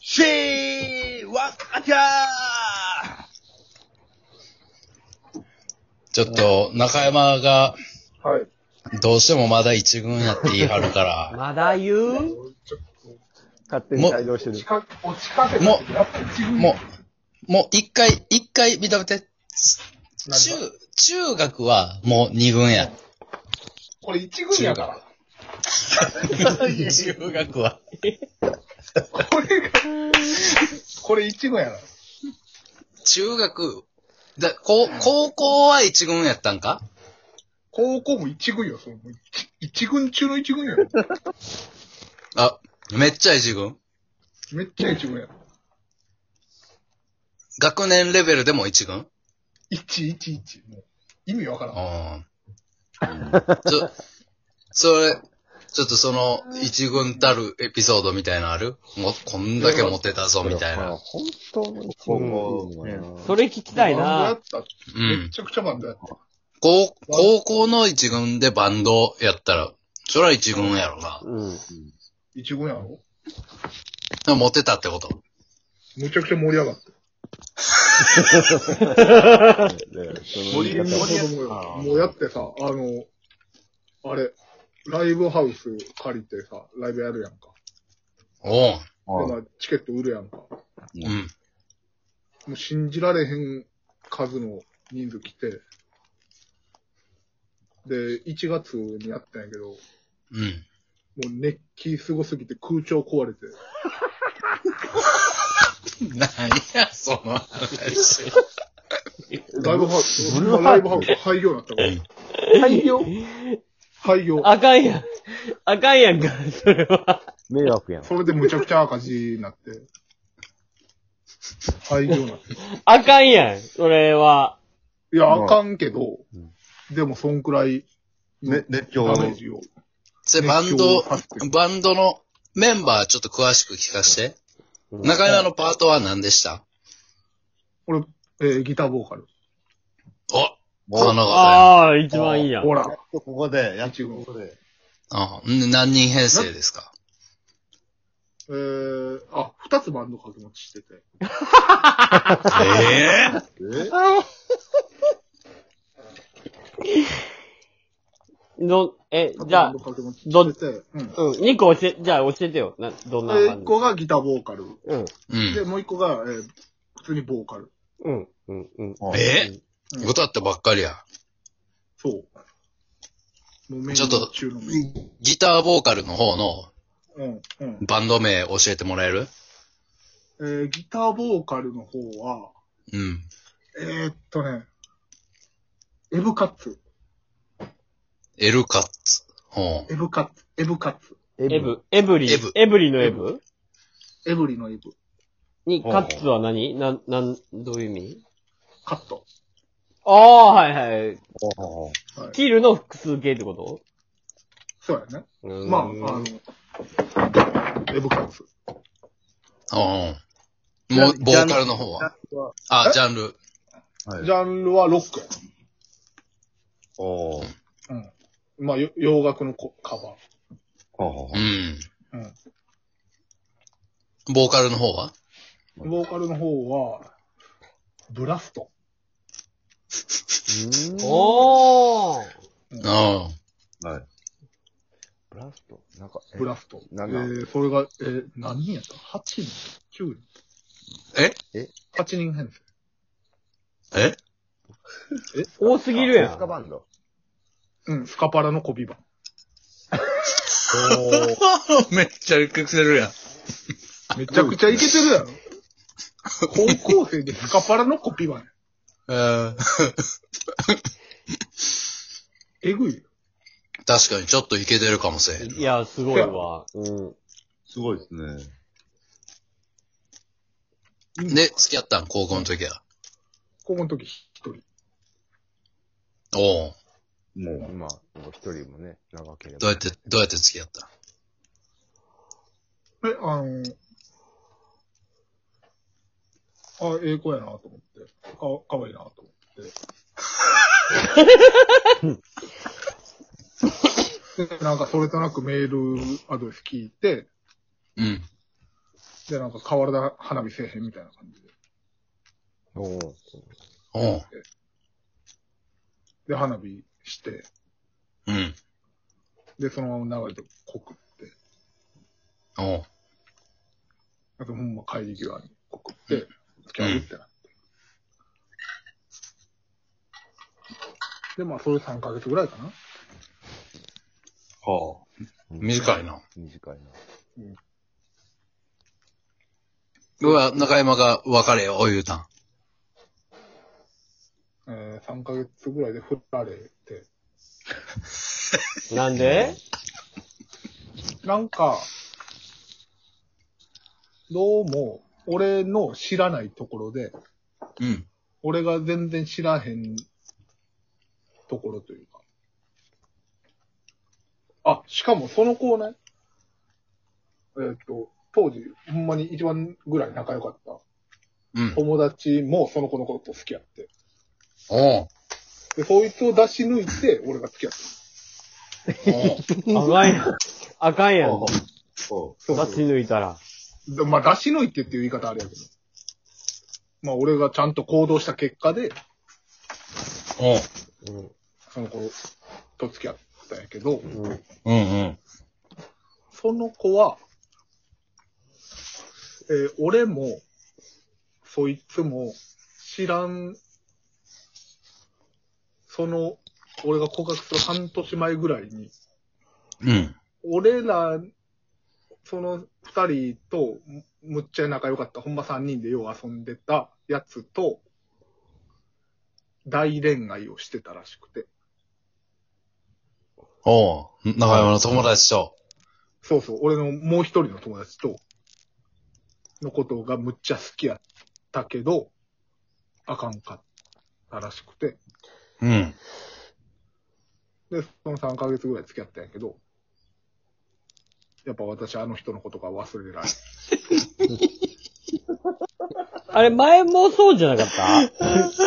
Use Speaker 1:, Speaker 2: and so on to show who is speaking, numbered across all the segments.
Speaker 1: シーワッキャ
Speaker 2: ちょっと、中山が、
Speaker 1: ーはい。
Speaker 2: どうしてもまだ一軍やって言い張るか
Speaker 3: まだ言う
Speaker 4: 勝手に退場してる。
Speaker 1: 近く、落ちか
Speaker 2: ら、
Speaker 1: けた
Speaker 2: も
Speaker 1: 時やっぱり
Speaker 2: う、もう、もう一回、一回認めて、中、中学はもう二軍や。
Speaker 1: これ一軍やから。
Speaker 2: 中学は。
Speaker 1: これが、これ一軍やから。
Speaker 2: 中学、だ、高、高校は一軍やったんか
Speaker 1: 高校も一軍よ、それもう一一軍中の一軍や。
Speaker 2: あ、めっちゃ一軍
Speaker 1: めっちゃ一軍や。
Speaker 2: 学年レベルでも一軍
Speaker 1: 一一一。もう意味わからん。
Speaker 2: うんちょ、それ、ちょっとその、一軍たるエピソードみたいなのあるもう、こんだけモテたぞ、みたい
Speaker 4: まあ
Speaker 2: な。
Speaker 4: 本当の一軍っていうのはな
Speaker 3: それ聞きたい
Speaker 1: バンドや
Speaker 3: な
Speaker 1: っ。た。
Speaker 2: う
Speaker 1: め
Speaker 2: ん。
Speaker 1: ちゃくちゃバンドやった。
Speaker 2: 高、高校の一軍でバンドやったら、そりゃ一軍やろな。
Speaker 4: うん。
Speaker 1: 一軍やろ
Speaker 2: でもモテたってこと。
Speaker 1: むちゃくちゃ盛り上がった。
Speaker 4: でその
Speaker 1: 森
Speaker 4: 言い
Speaker 1: 森子
Speaker 4: 方
Speaker 1: 供よもうやってさ、あの、あれ、ライブハウス借りてさ、ライブやるやんか。
Speaker 2: おう
Speaker 1: で、まあ、チケット売るやんか。も
Speaker 2: うん。
Speaker 1: う信じられへん数の人数来て、で、1月にやったんやけど、もう
Speaker 2: うん。
Speaker 1: 熱気すごすぎて空調壊れて、
Speaker 2: 何や、その話。
Speaker 1: ライブハウス、
Speaker 4: ブルーハ
Speaker 1: ラ
Speaker 4: ー
Speaker 1: イ
Speaker 4: ツ
Speaker 1: ブハウス廃業になったから。廃業廃業。
Speaker 3: あかんやん。あかんやんか、それは。
Speaker 4: 迷惑やん。
Speaker 1: それでむちゃくちゃ赤字になって、 廃業になった。
Speaker 3: あかんやん、それは。
Speaker 1: いや、
Speaker 5: まあ
Speaker 1: あかんけど、
Speaker 4: うん
Speaker 1: でも、そんくらい、
Speaker 5: ね、熱狂
Speaker 1: ダ
Speaker 5: を。
Speaker 1: メージを。
Speaker 2: それバン
Speaker 1: 熱狂を
Speaker 2: ド
Speaker 1: 発して、
Speaker 2: バンドのメンバーちょっと詳しく聞かして。中山のパートは何でした
Speaker 1: 俺、えーギターボーカル。
Speaker 2: おこの方や。
Speaker 3: ああ、一番いいやん
Speaker 1: ほ。ら
Speaker 5: や、っとここで、やっとここで。
Speaker 2: あん何人編成ですか
Speaker 1: えー、あ、二つバンド掛け持ちしてて。
Speaker 2: ええ
Speaker 5: え
Speaker 3: の、え、
Speaker 1: 二つ
Speaker 3: じゃ
Speaker 1: バン
Speaker 3: あ
Speaker 1: ド、掛け持ちしてて。うん。
Speaker 3: うん、2個教え、じゃあ教えてよ。な、どんな
Speaker 1: で、
Speaker 3: 感
Speaker 1: 一
Speaker 3: じ
Speaker 1: 個がギターボーカル。
Speaker 3: うん、
Speaker 2: う
Speaker 1: で、
Speaker 2: ん。
Speaker 1: もう一個が、えー、普通にボーカル。
Speaker 3: うん、うん、うん。
Speaker 2: え
Speaker 1: うん
Speaker 2: 歌ったばっかりや。
Speaker 1: そう。もうメイン
Speaker 2: ちょっと
Speaker 1: 中のメイン。
Speaker 2: ギターボーカルの方の
Speaker 1: うん、うん。
Speaker 2: バンド名教えてもらえる
Speaker 1: えー、ギターボーカルの方は、
Speaker 2: うん。
Speaker 1: えー、っとね、エブカッツ。
Speaker 2: エルカッツ。ほう
Speaker 1: エブカッツ。エブカッツ。
Speaker 3: エ。ブ、エブリ
Speaker 2: エブ、
Speaker 3: エブリのエブ
Speaker 1: エブリのエブ。
Speaker 3: に、カッツは何なん、なん、どういう意味
Speaker 1: カット。
Speaker 3: ああ、はいはい。
Speaker 5: お
Speaker 3: キルの複数形ってこ
Speaker 1: そうやね。
Speaker 3: と
Speaker 1: まあ、あの、エブカッツ。
Speaker 2: ほう。もう、ボーカルの方は。あ、
Speaker 1: え
Speaker 2: ジャンル。
Speaker 5: はい
Speaker 1: ジャンルはロックや。
Speaker 5: おー
Speaker 1: まあ、よ洋楽のこカバ
Speaker 5: お
Speaker 2: う
Speaker 5: ー
Speaker 2: ん。
Speaker 1: うん
Speaker 2: ボーカルの方は
Speaker 1: ー。ボーカルの方は、ブラスト。
Speaker 4: うん
Speaker 3: おー。
Speaker 2: ああ。
Speaker 5: はい。
Speaker 4: ブラストなんか、え
Speaker 1: ブラスト。え
Speaker 4: なんだ
Speaker 1: ー、それが、えー、何人やった ?8 人 ?9 人
Speaker 2: え
Speaker 4: え
Speaker 1: ?8 人編成。
Speaker 2: え
Speaker 3: 多すぎるや
Speaker 4: スカ
Speaker 3: ん。
Speaker 4: バンド。
Speaker 1: うん、スカパラのコビバン。
Speaker 2: めっちゃリクせるやん。
Speaker 1: めちゃくちゃイケてるやろ。高校生でスカパラのコビバンや。
Speaker 2: うん
Speaker 1: えぐいよ。
Speaker 2: 確かにちょっといけてるかもしれん。
Speaker 3: いや、すごい わ。うん。
Speaker 5: すごいですね。
Speaker 2: で、付き合ったん高校の時は。
Speaker 1: 高校の時一人。
Speaker 2: おお。
Speaker 5: もう。
Speaker 4: 今、一人もね、長ければ。
Speaker 2: どうやって、どうやって付き合った
Speaker 1: え、あのー、あ、ええ子やなと思って。かわかわいいなと思 って。で、なんかそれとなくメールアドレス聞いて、
Speaker 2: うん。
Speaker 1: で、なんか変わらな花火せえへんみたいな感じで。
Speaker 4: おー
Speaker 2: おう。
Speaker 1: で、花火して、
Speaker 2: うん。
Speaker 1: で、そのまま流れて告って、
Speaker 2: おう。
Speaker 1: あとほんま帰り際に告って、付き合うってなって。で、まあ、それ3ヶ月ぐらいかな。
Speaker 2: はあ。
Speaker 4: うん
Speaker 2: 短いな。
Speaker 4: 短いな。
Speaker 2: うわ、中山が別れよ、言うたん。
Speaker 1: えー、3ヶ月ぐらいで振られて、
Speaker 3: なんで
Speaker 1: なんか、どうも、俺の知らないところで、
Speaker 2: うん。
Speaker 1: 俺が全然知らへんところというか。あ、しかもその子ね、えーっ、と、当時、ほんまに一番ぐらい仲良かった
Speaker 2: うん。
Speaker 1: 友達もその子のこと好きやって。
Speaker 2: おう。
Speaker 1: で、そいつを出し抜いて、俺が付き合って。
Speaker 2: おう。
Speaker 3: あかんやん。あかんやん。
Speaker 5: そ
Speaker 1: そう
Speaker 3: 出し抜いたら。
Speaker 1: だまあ、出し抜いてっていう言い方あれやけど。まあ、俺がちゃんと行動した結果で、
Speaker 2: おう。
Speaker 3: うん。
Speaker 1: その子と付き合ったんやけど、
Speaker 3: うん。
Speaker 2: うんうん。
Speaker 1: その子は、えー俺も、そいつも、知らん、その、俺が告白する半年前ぐらいに、
Speaker 2: うん。
Speaker 1: 俺ら、その二人と、むむっちゃ仲良かった、ほんま三人でよう遊んでたやつと、大恋愛をしてたらしくて。
Speaker 2: おう。中山の友達と。
Speaker 1: そうそう、俺のもう一人の友達と、のことがむっちゃ好きやったけど、あかんかったらしくて、
Speaker 2: うん。
Speaker 1: で、その3ヶ月ぐらい付き合ったんやけど、やっぱ私あの人のことが忘れられない。
Speaker 3: あれ、前もそうじゃなかったんなんか、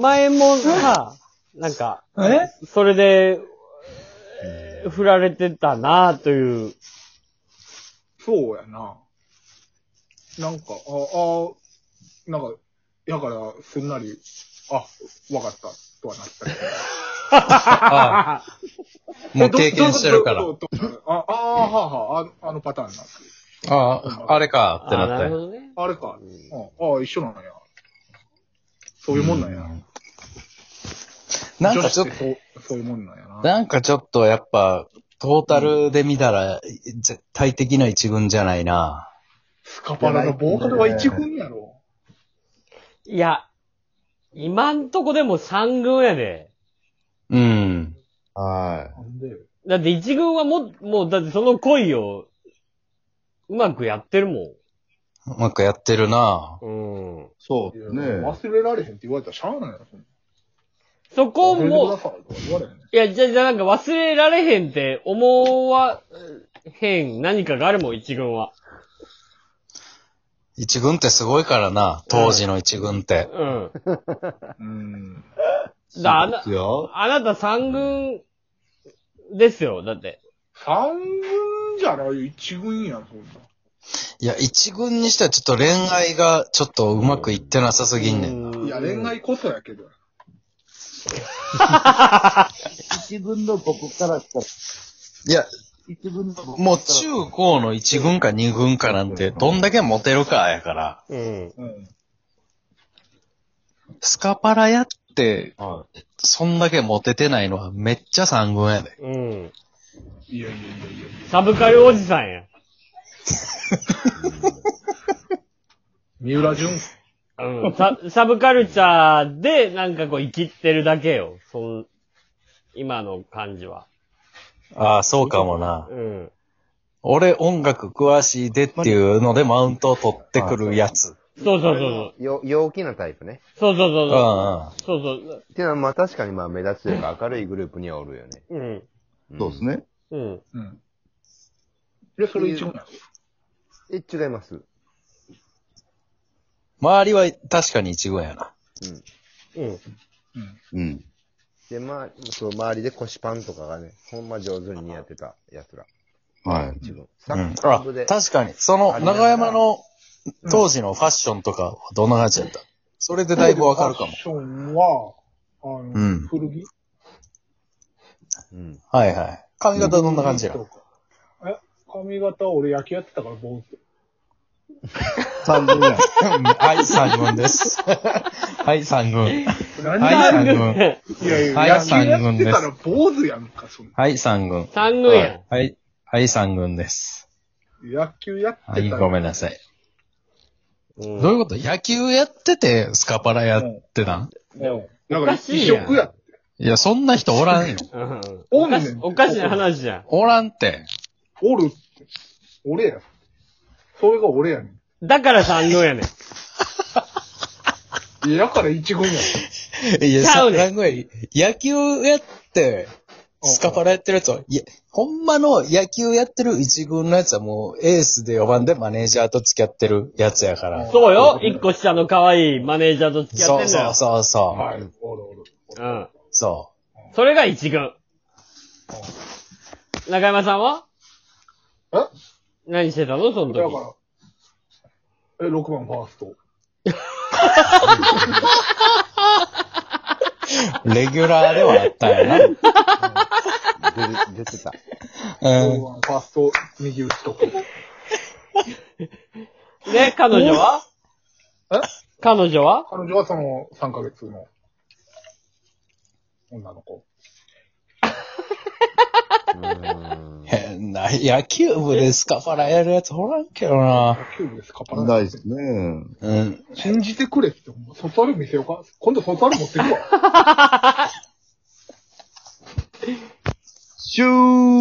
Speaker 3: 前もさ、なんか、それで、えー振られてたなという。
Speaker 1: そうやな。なんか、ああ、なんか、やから、すんなり、あ、わかった、とはなったけど。
Speaker 2: ああ。もう経験してるから
Speaker 1: ど。どどどどああー、はあはあ、ああのパターンになってる。
Speaker 2: ああ、あれか、って
Speaker 3: あ
Speaker 2: な
Speaker 3: な
Speaker 2: っ
Speaker 3: る
Speaker 2: た
Speaker 3: ほ
Speaker 2: よ。
Speaker 3: どね。
Speaker 1: あれか。うんああ、一緒なんや。そういうもんなんや。
Speaker 2: なんかちょっ
Speaker 1: 女
Speaker 2: と
Speaker 1: 子、てそう、そういうもんなんやな。
Speaker 2: なんかちょっとやっぱ、トータルで見たら、絶対的な一軍じゃないな。
Speaker 1: スカパラのボーカルは一軍やろ。
Speaker 3: いや、今んとこでも3軍やで。
Speaker 2: うん。
Speaker 5: う。は
Speaker 1: なんでよ
Speaker 3: だって1軍はも、もう、だってその恋を、うまくやってるも
Speaker 2: うまくやってるな。
Speaker 3: ん。うん
Speaker 5: い。。そ
Speaker 1: いうや
Speaker 5: ねえ。
Speaker 1: 忘れられへんって言われたらしゃあないやろ。
Speaker 3: そこ
Speaker 1: 忘れてくだ
Speaker 3: も、
Speaker 1: さいとか言われへん。
Speaker 3: いや、じゃ、じゃ、なんか忘れられへんって思わへん何かがあるもん、一軍は。
Speaker 2: 一軍ってすごいからな、当時の一軍って。
Speaker 3: うん。
Speaker 1: うん。
Speaker 3: だあな
Speaker 5: ですよ。
Speaker 3: あなた三軍ですよ、だって。
Speaker 1: 三軍じゃない、一軍やん、そんな。
Speaker 2: いや、一軍にしてはちょっと恋愛がちょっとうまくいってなさすぎんねん。
Speaker 3: う
Speaker 1: いや、恋。愛こそやけど。
Speaker 5: 一軍の僕からしたら、
Speaker 2: いや、
Speaker 5: 一軍の僕
Speaker 2: もう中高の一軍か二軍かなんて、どんだけモテるかやから。
Speaker 3: うん。
Speaker 1: うん。
Speaker 2: スカパラやって、
Speaker 5: は
Speaker 2: そんだけモテてないのはめっちゃ三軍やで。
Speaker 3: うん。
Speaker 1: いやいやいやいや
Speaker 3: サブカルおじさんや。
Speaker 1: 三浦淳
Speaker 3: うん。サ、サブカルチャーで、なんかこう、生きってるだけよ。そん、今の感じは。
Speaker 2: ああ、そうかもな。
Speaker 3: うん。
Speaker 2: 俺音楽詳しいでっていうのでマウントを取ってくるやつ。
Speaker 3: そうそうそう
Speaker 4: よ、陽気なタイプね。
Speaker 3: そう。そうそ
Speaker 2: う
Speaker 3: う
Speaker 2: ん
Speaker 3: そう
Speaker 2: うん。
Speaker 3: そう。そうそ
Speaker 4: っ
Speaker 3: う。
Speaker 4: ていうのは、まあ確かにまあ目立つというか明るいグループにはおるよね。
Speaker 3: うん。
Speaker 5: い。そうです。ね。
Speaker 3: うん。
Speaker 1: うん。で、それ一軍やろ。
Speaker 4: え、違います。うん。
Speaker 2: 周りは確かに一軍やな。
Speaker 3: う
Speaker 1: う
Speaker 3: ん。
Speaker 1: ん。
Speaker 5: うん。
Speaker 4: で、まあ、そう、周りで腰パンとかがね、ほんま上手に似合ってた奴ら。
Speaker 6: はい。
Speaker 4: 一軍。サ
Speaker 2: うん
Speaker 4: ッ。カー
Speaker 2: あ
Speaker 4: 部で、
Speaker 2: 確かに。その、長山の当時のファッションとかはどんな感じだったそれでだいぶわかるかも
Speaker 1: ファッ。ションは、あの、
Speaker 2: うん
Speaker 1: 古着
Speaker 4: うん。
Speaker 2: はいはい。髪型どんな感じだ
Speaker 1: とかえ、髪型俺野球やってたから坊主。
Speaker 6: 三軍や。
Speaker 2: はい、三軍です。はい、三軍。
Speaker 1: 何
Speaker 2: はい、
Speaker 1: が
Speaker 2: 三軍。
Speaker 1: いやい
Speaker 2: はい
Speaker 1: や、野球や
Speaker 2: 三軍
Speaker 1: って
Speaker 2: です
Speaker 1: たら坊主やんか、そんな。
Speaker 2: はい、三軍。
Speaker 3: 三軍やん。
Speaker 2: はい、はい、三軍です。
Speaker 1: 野球やってた
Speaker 2: は
Speaker 1: ら
Speaker 2: い、ごめんなさい。
Speaker 3: うん
Speaker 2: どういうこと野球やってて、スカパラやってたん
Speaker 1: うんなんか
Speaker 3: おかし
Speaker 1: 異
Speaker 3: いやん
Speaker 1: 色やって。
Speaker 2: いや、そんな人おらんよ。
Speaker 3: うん
Speaker 1: おんねん。
Speaker 3: おかしな話じゃん。
Speaker 2: おらんって。
Speaker 1: おるって。俺や。それが俺やね
Speaker 3: だから三軍やねん。
Speaker 1: ん。いや、だから一軍や。
Speaker 2: いや、
Speaker 3: ちゃ
Speaker 2: そう
Speaker 3: ね
Speaker 2: なん
Speaker 3: ん
Speaker 2: か野球やって、スカパラやってるやつは、いや、ほんまの野球やってる一軍のやつはもうエースで4番でマネージャーと付き合ってるやつやから。
Speaker 3: そうよ。一個下の可愛いマネージャーと付き合っ
Speaker 2: そ
Speaker 3: て
Speaker 2: うん
Speaker 3: だ
Speaker 2: そ
Speaker 3: よ
Speaker 2: う。そうそ
Speaker 1: はい。おるおる。
Speaker 3: うん。
Speaker 2: う。そ
Speaker 3: それが一軍。中山さんは
Speaker 1: え
Speaker 3: 何してたのその
Speaker 1: だ
Speaker 3: 時。
Speaker 1: から、え、6番ファースト。
Speaker 2: う。レギュラーではあったんや な。
Speaker 4: 出て出 てた。
Speaker 2: う
Speaker 1: 6
Speaker 2: ん。
Speaker 1: 番ファースト、右打ちとか。
Speaker 3: ね、彼女は
Speaker 1: え
Speaker 3: 彼女は
Speaker 1: 彼女はその3ヶ月の女の子。
Speaker 4: うん。
Speaker 2: 変な、野球部でスカパラやるやつおらんけどな。
Speaker 1: 野球部ですかパラ
Speaker 6: ないですね。
Speaker 2: うん。
Speaker 1: 信じてくれって思う。卒アル見せようか今度卒アル持ってくわ。
Speaker 6: シュー